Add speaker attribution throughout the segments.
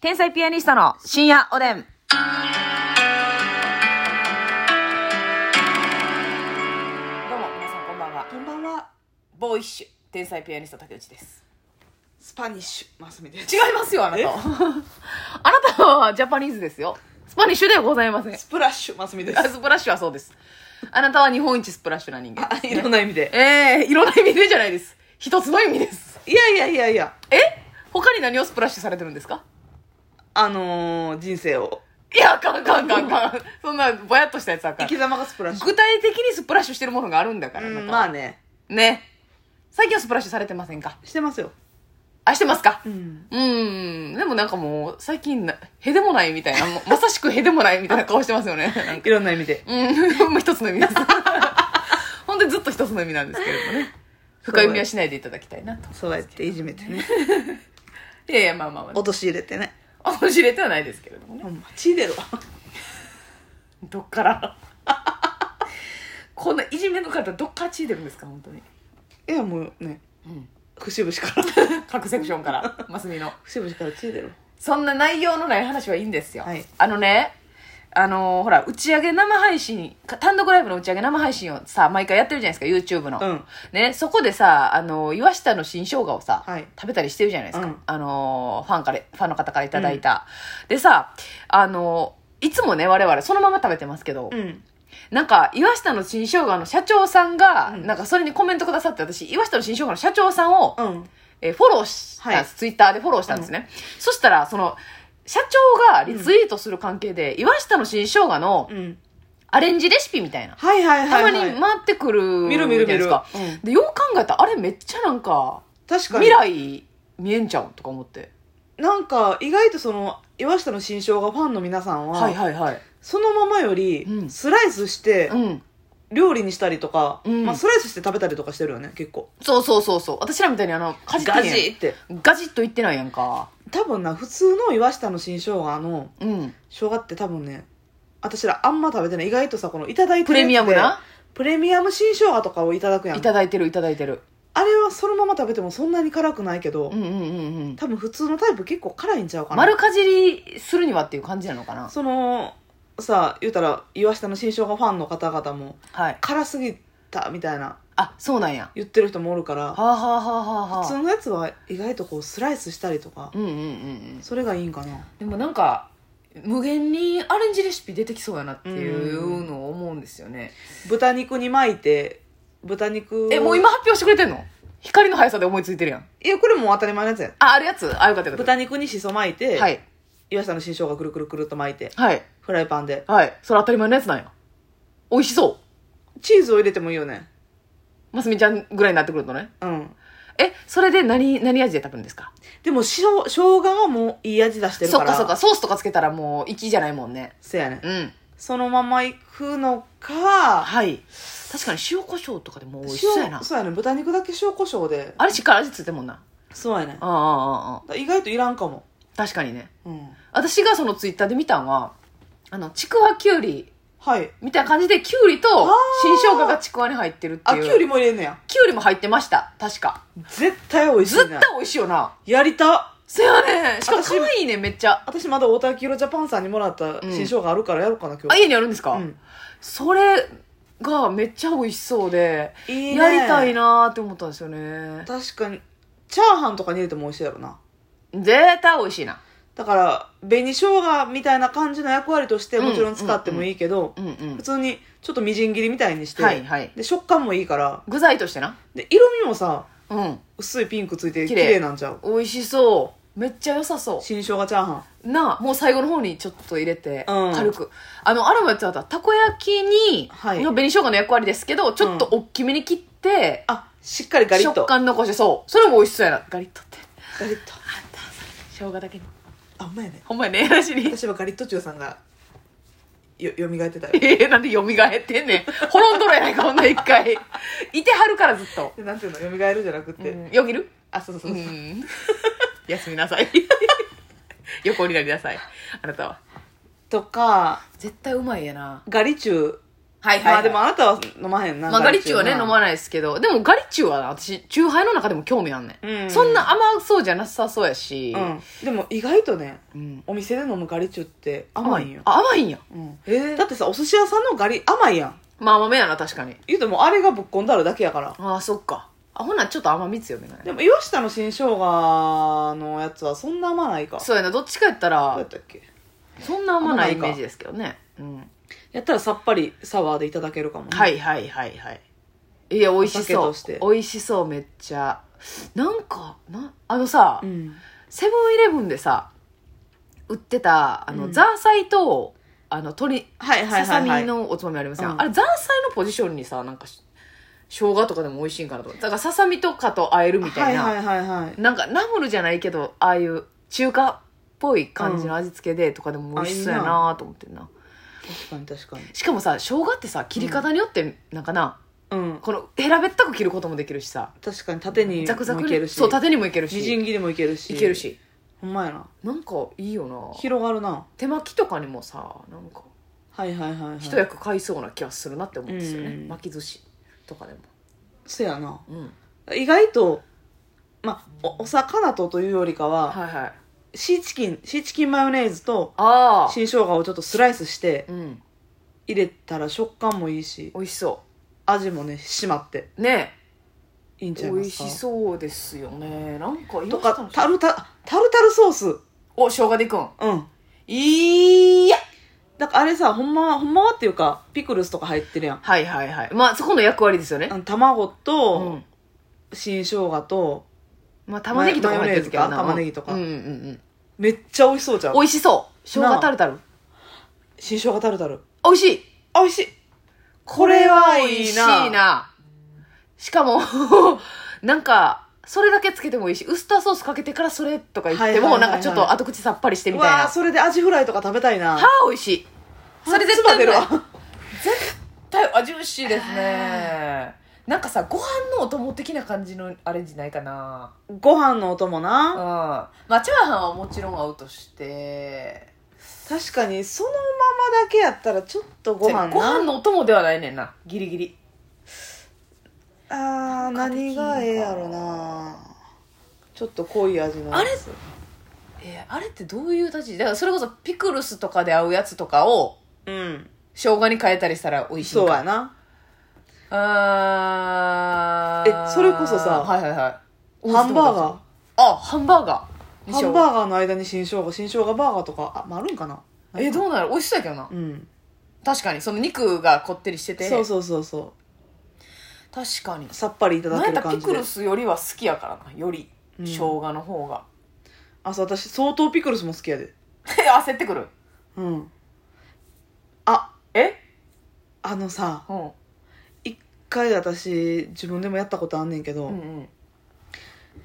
Speaker 1: 天才ピアニストの深夜おでん。どうも、皆さんこんばんは。
Speaker 2: こんばんは。
Speaker 1: ボーイッシュ、天才ピアニスト竹内です。
Speaker 2: スパニッシュ、マスミです。
Speaker 1: 違います よ、あな
Speaker 2: え
Speaker 1: たは。あなたはジャパニーズですよ。スパニッシュではございません。
Speaker 2: スプラッシュ、マスミです
Speaker 1: あ。スプラッシュはそうです。あなたは日本一スプラッシュな人間
Speaker 2: あ
Speaker 1: です、
Speaker 2: いろんな意味で。
Speaker 1: ええいろんな意味でじゃないです。一つの意味です。
Speaker 2: いやいやいやいや、
Speaker 1: え他に何をスプラッシュされてるんですか
Speaker 2: あのー、人生を。
Speaker 1: いや、あかんあかんあかんあかん。そんな、ぼやっとしたやつあか
Speaker 2: 生
Speaker 1: ん。
Speaker 2: き様がスプラッシュ。
Speaker 1: 具体的にスプラッシュしてるものがあるんだから、
Speaker 2: うん
Speaker 1: なたは
Speaker 2: まあね、
Speaker 1: ね。最近はスプラッシュされてませんか
Speaker 2: してますよ。
Speaker 1: あ、してますか
Speaker 2: ん。
Speaker 1: うーん。でもなんかもう、最近な、へでもないみたいな、もうまさしくへでもないみたいな顔してますよね。 なんか
Speaker 2: いろんな意味で。
Speaker 1: うん。もう一つの意味です。 ほんでずっと一つの意味なんですけれどもね。深読みはしないでいただきたいなと。
Speaker 2: そうやっていじめてね。
Speaker 1: いやいや、まあまあまあ。
Speaker 2: 落とし入れてね。
Speaker 1: お、面白れてはないですけれどもね。
Speaker 2: ほんま、血出るわ。
Speaker 1: どっから こんないじめの方、どっから血出るんですか、本当に。
Speaker 2: いや、もうね、
Speaker 1: うん。
Speaker 2: 節々から。
Speaker 1: 各セクションから、マスミの。
Speaker 2: 節々から血出るわ。
Speaker 1: そんな内容のない話はいいんですよ。
Speaker 2: はい
Speaker 1: あのね、あのーほら、打ち上げ生配信、か単独ライブの打ち上げ生配信をさ、毎回やってるじゃないですか、YouTube の。
Speaker 2: うん
Speaker 1: ね、そこでさ、あのー岩下の新生姜をさ、
Speaker 2: はい
Speaker 1: 食べたりしてるじゃないですか。
Speaker 2: うん
Speaker 1: あのーファンから、ファンの方からいただいた。でさ、あのーいつもね、我々、そのまま食べてますけど、
Speaker 2: うん。
Speaker 1: なんか、岩下の新生姜の社長さんが、
Speaker 2: うん
Speaker 1: なんか、それにコメントくださって、私、岩下の新生姜の社長さんを、
Speaker 2: うん。
Speaker 1: えーフォローしたんです、
Speaker 2: はい
Speaker 1: ツイッターでフォローしたんですね、そしたらその社長がリツイートする関係で、岩下の新生姜の
Speaker 2: うん。
Speaker 1: アレンジレシピみたいな、
Speaker 2: はいはいはい、はい。
Speaker 1: たまに回ってくる
Speaker 2: 見る見る
Speaker 1: じ
Speaker 2: 見
Speaker 1: ゃないで
Speaker 2: る。
Speaker 1: すか
Speaker 2: うん
Speaker 1: でよう考えたらあれめっちゃなんか
Speaker 2: 確かに。
Speaker 1: 未来見えんちゃうとか思って
Speaker 2: なんか、意外とその、岩下の新生姜ファンの皆さんは、
Speaker 1: はいはいはい
Speaker 2: そのままより、
Speaker 1: うん
Speaker 2: スライスして、
Speaker 1: うん
Speaker 2: 料理にしたりとか、
Speaker 1: うん
Speaker 2: まあ、スライスして食べたりとかしてるよね結構
Speaker 1: そうそうそうそう私らみたいにあのかじって
Speaker 2: ガ
Speaker 1: ん
Speaker 2: ジ
Speaker 1: やん
Speaker 2: ッて
Speaker 1: ガジッといってないやんか
Speaker 2: 多分な普通の岩下の新生姜の
Speaker 1: うん
Speaker 2: 生姜って多分ね私らあんま食べてない意外とさこのいただいて
Speaker 1: プ
Speaker 2: る
Speaker 1: レ
Speaker 2: やつで
Speaker 1: ミアムな
Speaker 2: プレミアム新生姜とかをいただくやん
Speaker 1: いただいてるいただいてる
Speaker 2: あれはそのまま食べてもそんなに辛くないけど、
Speaker 1: うんうんうんうん
Speaker 2: 多分普通のタイプ結構辛いんちゃうかな
Speaker 1: 丸かじりするにはっていう感じなのかな
Speaker 2: そのさ言うたら岩下の新生姜ファンの方々も
Speaker 1: はい
Speaker 2: 辛すぎたみたいな
Speaker 1: あそうなんや
Speaker 2: 言ってる人もおるから
Speaker 1: はあ、はあはあはあは
Speaker 2: 普通のやつは意外とこうスライスしたりとか、
Speaker 1: うんうんうんうん
Speaker 2: それがいいんかな
Speaker 1: でもなんか無限にアレンジレシピ出てきそうやなっていうのを思うんですよね、
Speaker 2: 豚肉に巻いて豚肉を
Speaker 1: えもう今発表してくれてんの光の速さで思いついてるやん
Speaker 2: いやこれもう当たり前のやつや
Speaker 1: ああるやつあよかったよかった
Speaker 2: 豚肉にしそ巻いて、
Speaker 1: はい
Speaker 2: 岩下の新生姜くるくるくるっと巻いて
Speaker 1: はい
Speaker 2: フライパンで
Speaker 1: はいそれ当たり前のやつなんや美味しそ
Speaker 2: チーズを入れてもいいよね
Speaker 1: うますみちゃんぐらいになってくるとね
Speaker 2: うん
Speaker 1: えそれで何何味で食べるんですか
Speaker 2: でもしょ生姜はもういい味出してる
Speaker 1: そ
Speaker 2: か
Speaker 1: っ
Speaker 2: ら
Speaker 1: かそっかソースとかつけたらもう粋じゃないもんね
Speaker 2: せやね
Speaker 1: うん
Speaker 2: そのままいくのか
Speaker 1: はい確かに塩コショウとかでも美味しそうやな
Speaker 2: 塩そうやね豚肉だけ塩コショウで
Speaker 1: あれしっかり味ついてるもんな
Speaker 2: そうやね
Speaker 1: あああああ
Speaker 2: だ意外といらんかも
Speaker 1: 確かにね
Speaker 2: うん
Speaker 1: 私がそのツイッターで見たのはあのちくわきゅうり
Speaker 2: はい
Speaker 1: みたいな感じできゅうりと
Speaker 2: ー
Speaker 1: 新生姜がちくわに入ってるって
Speaker 2: あ
Speaker 1: いう
Speaker 2: きゅうりも入れんねや
Speaker 1: きゅうりも入ってました確か
Speaker 2: 絶対美味しい
Speaker 1: ずっ
Speaker 2: ね
Speaker 1: と美味しいよな
Speaker 2: やりた
Speaker 1: せやねんしかも
Speaker 2: 私
Speaker 1: 可愛いねんめっちゃ
Speaker 2: 私まだ太田黄色ジャパンさんにもらった新生姜あるからやろうかな、今
Speaker 1: あ
Speaker 2: 日
Speaker 1: 家にあるんですか、
Speaker 2: うん
Speaker 1: それがめっちゃ美味しそうで
Speaker 2: いいね
Speaker 1: やりたいなーって思ったんですよね
Speaker 2: 確かにチャーハンとかに入れても美味しいやろな
Speaker 1: 絶対美味しいな
Speaker 2: だから紅生姜みたいな感じの役割として
Speaker 1: うん
Speaker 2: もちろん使ってもいいけど、
Speaker 1: うんう
Speaker 2: 普
Speaker 1: ん
Speaker 2: 通にちょっとみじん切りみたいにして、
Speaker 1: はいはい
Speaker 2: で食感もいいから
Speaker 1: 具材としてな
Speaker 2: で色味もさ
Speaker 1: うん
Speaker 2: 薄いピンクついて
Speaker 1: 綺
Speaker 2: 綺
Speaker 1: 麗
Speaker 2: 麗なんちゃう
Speaker 1: 美味しそうめっちゃ良さそう
Speaker 2: 新生姜チャーハン
Speaker 1: なあもう最後の方にちょっと入れて、
Speaker 2: うん
Speaker 1: 軽くあのアロマやってたたこ焼きに、
Speaker 2: はい
Speaker 1: の紅生姜の役割ですけどちょっと大きめに切って、
Speaker 2: あしっかりガリッと
Speaker 1: 食感残してそうそれも美味しそうやなガリッとって
Speaker 2: ガリッと
Speaker 1: 生姜だけに
Speaker 2: あほんまやね
Speaker 1: ほんまやね私に
Speaker 2: 私はガリッと中さんがよよみがえってたよ
Speaker 1: えー、なんで蘇ってんねん滅んどるやないかほんな一 回いてはるからずっと、
Speaker 2: でなんていうのよみがえるじゃなくて、
Speaker 1: うん、よぎる
Speaker 2: あそうそう
Speaker 1: う
Speaker 2: そう、
Speaker 1: ん 休みなさい 横になりなさいあなたは
Speaker 2: とか
Speaker 1: 絶対うまいやな
Speaker 2: ガリチュウ
Speaker 1: はいはい、
Speaker 2: ま
Speaker 1: は
Speaker 2: あ
Speaker 1: い。
Speaker 2: でもあなたは飲まへんな。
Speaker 1: まあ、ガリチュウはね、飲ま
Speaker 2: い。
Speaker 1: ないですけど、でもガリチュウはな、私、チューハイの中でも興味あんねん。
Speaker 2: うん
Speaker 1: そんな甘そうじゃなさそうやし、
Speaker 2: うん。でも意外とね、
Speaker 1: うん
Speaker 2: お店で飲むガリチュウって甘いんよ。
Speaker 1: あ、甘いんや。
Speaker 2: うんだってさ、お寿司屋さんのガリ、甘いやん。
Speaker 1: まあ、甘めやな、確かに。
Speaker 2: 言うてもあれがぶっこんだるだけやから。
Speaker 1: ああ、そっか。あ、ほな、ちょっと甘み強めない。
Speaker 2: でも、岩下の新生姜のやつはそんな甘ないか。
Speaker 1: そうやな、どっちかやった
Speaker 2: どうや
Speaker 1: ら
Speaker 2: っ、たっけ
Speaker 1: そんな甘ないイ
Speaker 2: 甘ないか
Speaker 1: メージですけどね。うん。
Speaker 2: やったらさっぱりサワーでいただけるかも、ね。
Speaker 1: はいはいはいはい。いや、美味しそ
Speaker 2: お
Speaker 1: う
Speaker 2: 酒として。
Speaker 1: 美味しそう、めっちゃ。なんか、な、あのさ、
Speaker 2: うん。
Speaker 1: セブンイレブンでさ、売ってた、あの、
Speaker 2: うん
Speaker 1: ザーサイと、あの、鶏、
Speaker 2: はいはい
Speaker 1: ささ
Speaker 2: はい、
Speaker 1: み
Speaker 2: はい。
Speaker 1: のおつまみありますやん、
Speaker 2: うん
Speaker 1: あれザーサイのポジションにさなんかし生姜とかでも美味しいんかなと思ってだからささみとかと和えるみたいな、
Speaker 2: はいはいはいはい。
Speaker 1: なんかナムルじゃないけどああいう中華っぽい感じの味付けでとかでも美味しそうやなと思ってんな
Speaker 2: 確かに確かに。
Speaker 1: しかもさ生姜ってさ切り方によってなんかな、
Speaker 2: うん。
Speaker 1: この平べったく切ることもできるしさ
Speaker 2: 確かに縦に
Speaker 1: ザクザ
Speaker 2: も
Speaker 1: ク
Speaker 2: いけるし。
Speaker 1: そう縦にもいけるし
Speaker 2: みじん切りもいけるし。
Speaker 1: いける。し
Speaker 2: ほんまやな。
Speaker 1: なんかいいよな
Speaker 2: 広がるな。
Speaker 1: 手巻きとかにもさなんか
Speaker 2: はいはいはい、はい。
Speaker 1: 一役買いそうな気がするなって思うんですよね、
Speaker 2: うん
Speaker 1: 巻き寿司とかでも
Speaker 2: せやな。
Speaker 1: うん
Speaker 2: 意外と、まあ、おお魚とというよりかは、
Speaker 1: はいはい
Speaker 2: シーチキン、シーチキンマヨネーズと、
Speaker 1: ああ
Speaker 2: 新生姜をちょっとスライスして
Speaker 1: うん
Speaker 2: 入れたら食感もいいし
Speaker 1: 美味しそ
Speaker 2: 味もね締まって
Speaker 1: うね
Speaker 2: いいんちゃ
Speaker 1: 美
Speaker 2: いま
Speaker 1: 味
Speaker 2: すか
Speaker 1: しそうですよねなんか
Speaker 2: と
Speaker 1: 岩下
Speaker 2: か
Speaker 1: の
Speaker 2: タルタタルタルソースう
Speaker 1: お生姜でいくん
Speaker 2: ん
Speaker 1: いや
Speaker 2: だからあれさほんまはほんまはっていうかピクルスとか入ってるやん
Speaker 1: はいはいはいまあそこの役割ですよね
Speaker 2: あの卵
Speaker 1: う
Speaker 2: と
Speaker 1: ん
Speaker 2: 新生姜と
Speaker 1: まあ玉ねぎとかも入ってるけどな
Speaker 2: マヨネーズとか
Speaker 1: う
Speaker 2: 玉
Speaker 1: んう
Speaker 2: ね
Speaker 1: んうん
Speaker 2: めっちゃ美味しそうじゃ
Speaker 1: うんん美味しそう生
Speaker 2: な
Speaker 1: 姜
Speaker 2: あ
Speaker 1: タルタル
Speaker 2: 新生姜タルタル
Speaker 1: 美味しい
Speaker 2: あ美味しい
Speaker 1: こ
Speaker 2: れはいいな
Speaker 1: 美味しいなしかも なんかそれだけつけてもいいしウスターソースかけてからそれとか言って
Speaker 2: は
Speaker 1: も
Speaker 2: いはいは
Speaker 1: な
Speaker 2: いはい
Speaker 1: んかちょっと後口さっぱりして
Speaker 2: う
Speaker 1: みたいな
Speaker 2: わーそれでアジフライとか食べたいな
Speaker 1: はあ美味しいそれ絶
Speaker 2: 唾
Speaker 1: 対
Speaker 2: 出る
Speaker 1: うまい
Speaker 2: わ
Speaker 1: 絶対味美味しいですねなんかさご飯のお供的な感じのアレンジないかな
Speaker 2: ご飯のお供
Speaker 1: うん
Speaker 2: な
Speaker 1: まあチャーハンはもちろん合うとして
Speaker 2: 確かにそのままだけやったらちょっとご飯な
Speaker 1: ご飯のお供ではないねんなギリギリ
Speaker 2: あー
Speaker 1: なんかできん
Speaker 2: 何
Speaker 1: のか
Speaker 2: がええやろなちょっと濃い味の
Speaker 1: あれえーあれってどういう立ちだからそれこそピクルスとかで合うやつとかを
Speaker 2: うん
Speaker 1: 生姜に変えたりしたら美味しいん
Speaker 2: そうや
Speaker 1: か
Speaker 2: な
Speaker 1: あー
Speaker 2: えそれこそさ
Speaker 1: はいはいはい
Speaker 2: ハンバーガー
Speaker 1: あハンバーガー
Speaker 2: ハンバーガーの間に新生姜新生姜バーガーとかああるんかな
Speaker 1: えどうなる美味しそうやけどな
Speaker 2: うん
Speaker 1: 確かにその肉がこってりしてて
Speaker 2: そうそうそうそ
Speaker 1: 確かに
Speaker 2: うさっぱりいただ
Speaker 1: 何や
Speaker 2: け
Speaker 1: っ
Speaker 2: る
Speaker 1: たら
Speaker 2: 感
Speaker 1: ピ
Speaker 2: じ
Speaker 1: ク
Speaker 2: で
Speaker 1: ルスよりは好きやからなより
Speaker 2: うん
Speaker 1: 生姜の方が、
Speaker 2: あそう私相当ピクルスも好きやで
Speaker 1: え焦ってくる
Speaker 2: うんあ
Speaker 1: え
Speaker 2: あのさ
Speaker 1: うん
Speaker 2: 一回私自分でもやったことあんねんけど、
Speaker 1: うんうん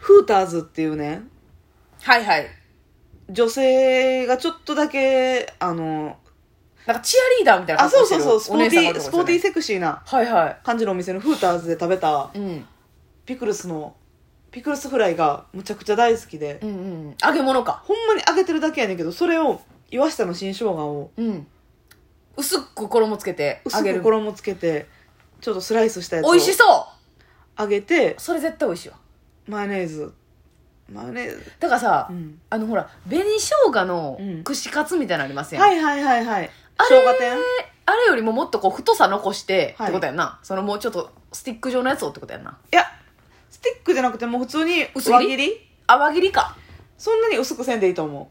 Speaker 2: フーターズっていうね
Speaker 1: はいはい
Speaker 2: 女性がちょっとだけあの
Speaker 1: なんかチアリーダーみたいな感
Speaker 2: あ
Speaker 1: じ
Speaker 2: そう
Speaker 1: して
Speaker 2: そ
Speaker 1: る
Speaker 2: うそうスポ
Speaker 1: お
Speaker 2: ー
Speaker 1: 姉さん
Speaker 2: テ
Speaker 1: が
Speaker 2: ィースポーティーセクシーな
Speaker 1: ーはいは
Speaker 2: 感じのお店のフーターズで食べた
Speaker 1: い、うん、
Speaker 2: ピクルスのピクルスフライがむちゃくちゃ大好きで、
Speaker 1: うんうん揚げ物か
Speaker 2: ほんまに揚げてるだけやねんけどそれを岩下の新生姜を
Speaker 1: うん薄く衣つけて揚
Speaker 2: 薄
Speaker 1: げる
Speaker 2: く衣つけてちょっとスライスしたやつを
Speaker 1: 美味しそう
Speaker 2: 揚げて
Speaker 1: それ絶対美味しいわ
Speaker 2: マヨネーズマヨネーズ、
Speaker 1: だからさ、
Speaker 2: うん、
Speaker 1: あのほら紅生姜の
Speaker 2: うん
Speaker 1: 串カツみたいなのありますやん、
Speaker 2: はいはいはいはい
Speaker 1: あれ
Speaker 2: 生姜店
Speaker 1: あれよりももっとこう太さ残して、
Speaker 2: はい
Speaker 1: ってことやんなそのもうちょっとスティック状のやつをってことやんない
Speaker 2: やスティックじゃなくてもう普通に
Speaker 1: 薄
Speaker 2: 輪
Speaker 1: 切り
Speaker 2: 切り
Speaker 1: 泡切りか
Speaker 2: そんなに薄くせんでいいと思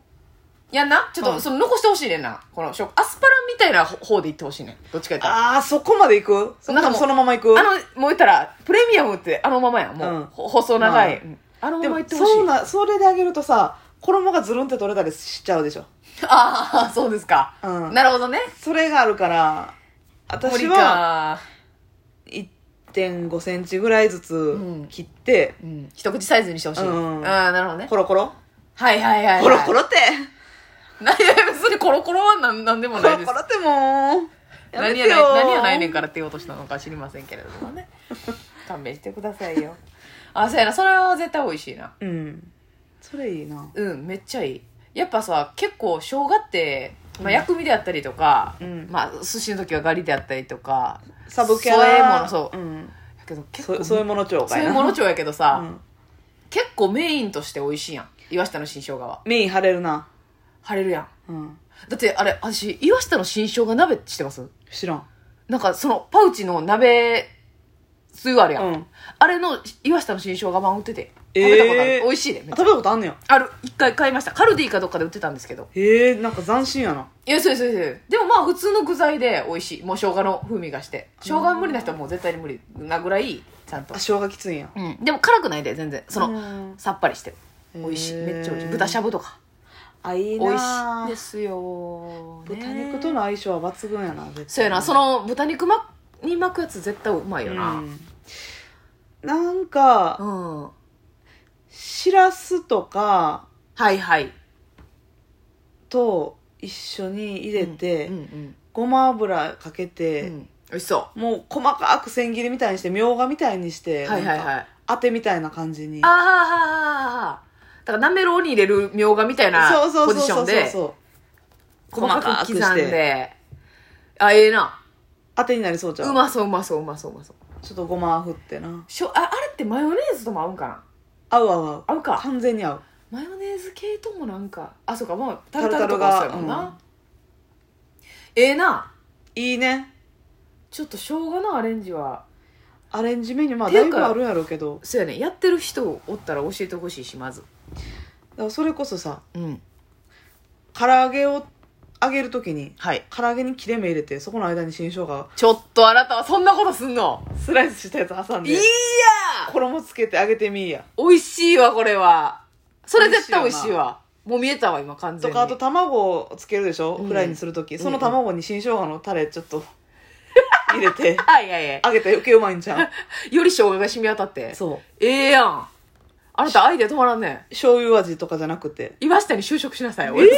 Speaker 1: やんなちょっと、
Speaker 2: うん
Speaker 1: その残してほしいねんなこの食アスパラみたいな方でいってほしいねんどっちかや
Speaker 2: う
Speaker 1: ったらあ
Speaker 2: ああそこまでいくそ
Speaker 1: なんかもう
Speaker 2: そのままいく
Speaker 1: のもう言ったらプレミアムってあのままやんもう、
Speaker 2: うん
Speaker 1: ほ細長い、
Speaker 2: まあ
Speaker 1: うんあの
Speaker 2: で
Speaker 1: ままい
Speaker 2: も
Speaker 1: ってほしい
Speaker 2: そうなそれで揚げるとさ衣がずるんって取れたりしちゃうでしょ
Speaker 1: ああ そうですか、
Speaker 2: うん
Speaker 1: なるほどね
Speaker 2: それがあるから私
Speaker 1: 森
Speaker 2: は
Speaker 1: か
Speaker 2: 1.5センチぐらいずつ
Speaker 1: うん
Speaker 2: 切って、
Speaker 1: うん、一口サイズにしてほしい、
Speaker 2: うん
Speaker 1: ああなるほどね
Speaker 2: コロコロ
Speaker 1: はいはいはい、はい、
Speaker 2: コロコロって
Speaker 1: 何や別にコロコロはなんなんでも
Speaker 2: コ
Speaker 1: ない
Speaker 2: ロ
Speaker 1: です
Speaker 2: コロってもうやめ
Speaker 1: 何
Speaker 2: て
Speaker 1: や
Speaker 2: よ
Speaker 1: ない何やないねんからって言おうとしたのか知りませんけれども ね勘弁してくださいよあそうやなそれは絶対美味しいな
Speaker 2: うんそれいいな
Speaker 1: うんめっちゃいいやっぱさ結構生姜ってまあ、薬味であったりとか、
Speaker 2: うん
Speaker 1: まあ、寿司の時はガリであったりとか
Speaker 2: サブキャラ、
Speaker 1: 添え物そう
Speaker 2: ん、
Speaker 1: やけど結構
Speaker 2: そそういうもの町
Speaker 1: そう
Speaker 2: か
Speaker 1: い
Speaker 2: いうな
Speaker 1: もの帳やけどさ、
Speaker 2: うん
Speaker 1: 結構メインとして美味しいやん岩下の新生姜は
Speaker 2: メイン張れるな、
Speaker 1: 晴れるやん
Speaker 2: うん、
Speaker 1: だってあれ私岩下の新生姜鍋してます
Speaker 2: 知らん
Speaker 1: なんかそのパウチの鍋つゆあるやん、
Speaker 2: うん
Speaker 1: あれの岩下の新生姜版売ってて
Speaker 2: え
Speaker 1: 食
Speaker 2: ー
Speaker 1: べたことある、美味しいでめっ
Speaker 2: あ
Speaker 1: ちゃ
Speaker 2: 食べたことあんのよ
Speaker 1: ある一回買いましたカルディかどっかで売ってたんですけど
Speaker 2: へえなんか斬新やない
Speaker 1: やそうですそうですでもまあ普通の具材で美味しいもう生姜の風味がして生姜無理な人はもう絶対に無理なぐらいちゃんと
Speaker 2: あ生姜きついんや
Speaker 1: うんでも辛くないで全然その、
Speaker 2: うん
Speaker 1: さっぱりしてる美味しい
Speaker 2: へー
Speaker 1: めっちゃ美味しい豚しゃぶとか
Speaker 2: あいい
Speaker 1: 美味しい
Speaker 2: な
Speaker 1: ですよね
Speaker 2: 豚肉との相性は抜群やな絶対
Speaker 1: そうやなその豚肉まに巻くやつ絶対うまいよ
Speaker 2: う
Speaker 1: なん
Speaker 2: なんか
Speaker 1: うん、
Speaker 2: しらすとか
Speaker 1: はいはい
Speaker 2: と一緒に入れて、
Speaker 1: うんうん
Speaker 2: ごま油か
Speaker 1: う
Speaker 2: け
Speaker 1: んう
Speaker 2: て、
Speaker 1: ん美味しそ
Speaker 2: もう細かく千切りみたいにしてみょうがみたいにして
Speaker 1: うはいはいはい
Speaker 2: なんか
Speaker 1: あ
Speaker 2: 当てみたいな感じに
Speaker 1: あはあだからなめろうに入れるみょうがみたいな
Speaker 2: そうそう
Speaker 1: ポ
Speaker 2: そ
Speaker 1: ジ
Speaker 2: う
Speaker 1: ショ
Speaker 2: そ
Speaker 1: ン
Speaker 2: うそう
Speaker 1: で
Speaker 2: そう
Speaker 1: 細かく刻
Speaker 2: 細
Speaker 1: ん
Speaker 2: かくして
Speaker 1: であええな
Speaker 2: 当てになりそうじゃ
Speaker 1: うんまそううまそううまそううまそう
Speaker 2: ちょっとごま振ってな
Speaker 1: しょああれってマヨネーズとも合うんかな
Speaker 2: 合う合う合う
Speaker 1: 合うか
Speaker 2: 完全に合う
Speaker 1: マヨネーズ系ともなんかあそうかもうタルタルとかもそうやもんな、
Speaker 2: タルタルが
Speaker 1: ええない
Speaker 2: いね
Speaker 1: ちょっと生姜のアレンジは
Speaker 2: アレンジメニューまあ
Speaker 1: て
Speaker 2: だ
Speaker 1: い
Speaker 2: いう
Speaker 1: か
Speaker 2: ぶあるやろうけど
Speaker 1: そうやねやってる人おったら教えてほしいしまず
Speaker 2: だからそれこそさ
Speaker 1: うん
Speaker 2: 唐揚げを揚げるときに
Speaker 1: はい
Speaker 2: 唐揚げに切れ目入れてそこの間に新生姜
Speaker 1: ちょっとあなたはそんなことすんの
Speaker 2: スライスしたやつ挟ん
Speaker 1: いい
Speaker 2: で
Speaker 1: や
Speaker 2: 衣つけて揚げてみいや
Speaker 1: 美味しいわこれはそれ絶対美味しいわもう見えたわ今完全
Speaker 2: と
Speaker 1: に
Speaker 2: かあと卵をつけるでしょ、
Speaker 1: うん
Speaker 2: フライにするとき
Speaker 1: ん
Speaker 2: その卵に新生姜のタレちょっと入れて
Speaker 1: はいはいは
Speaker 2: 揚げて余計うまいんじゃ
Speaker 1: いより生姜が染み当たって
Speaker 2: んそう
Speaker 1: ええやんあなたアイデア止まらんね
Speaker 2: 醤油味とかじゃなくて
Speaker 1: 岩下に就職しなさい
Speaker 2: え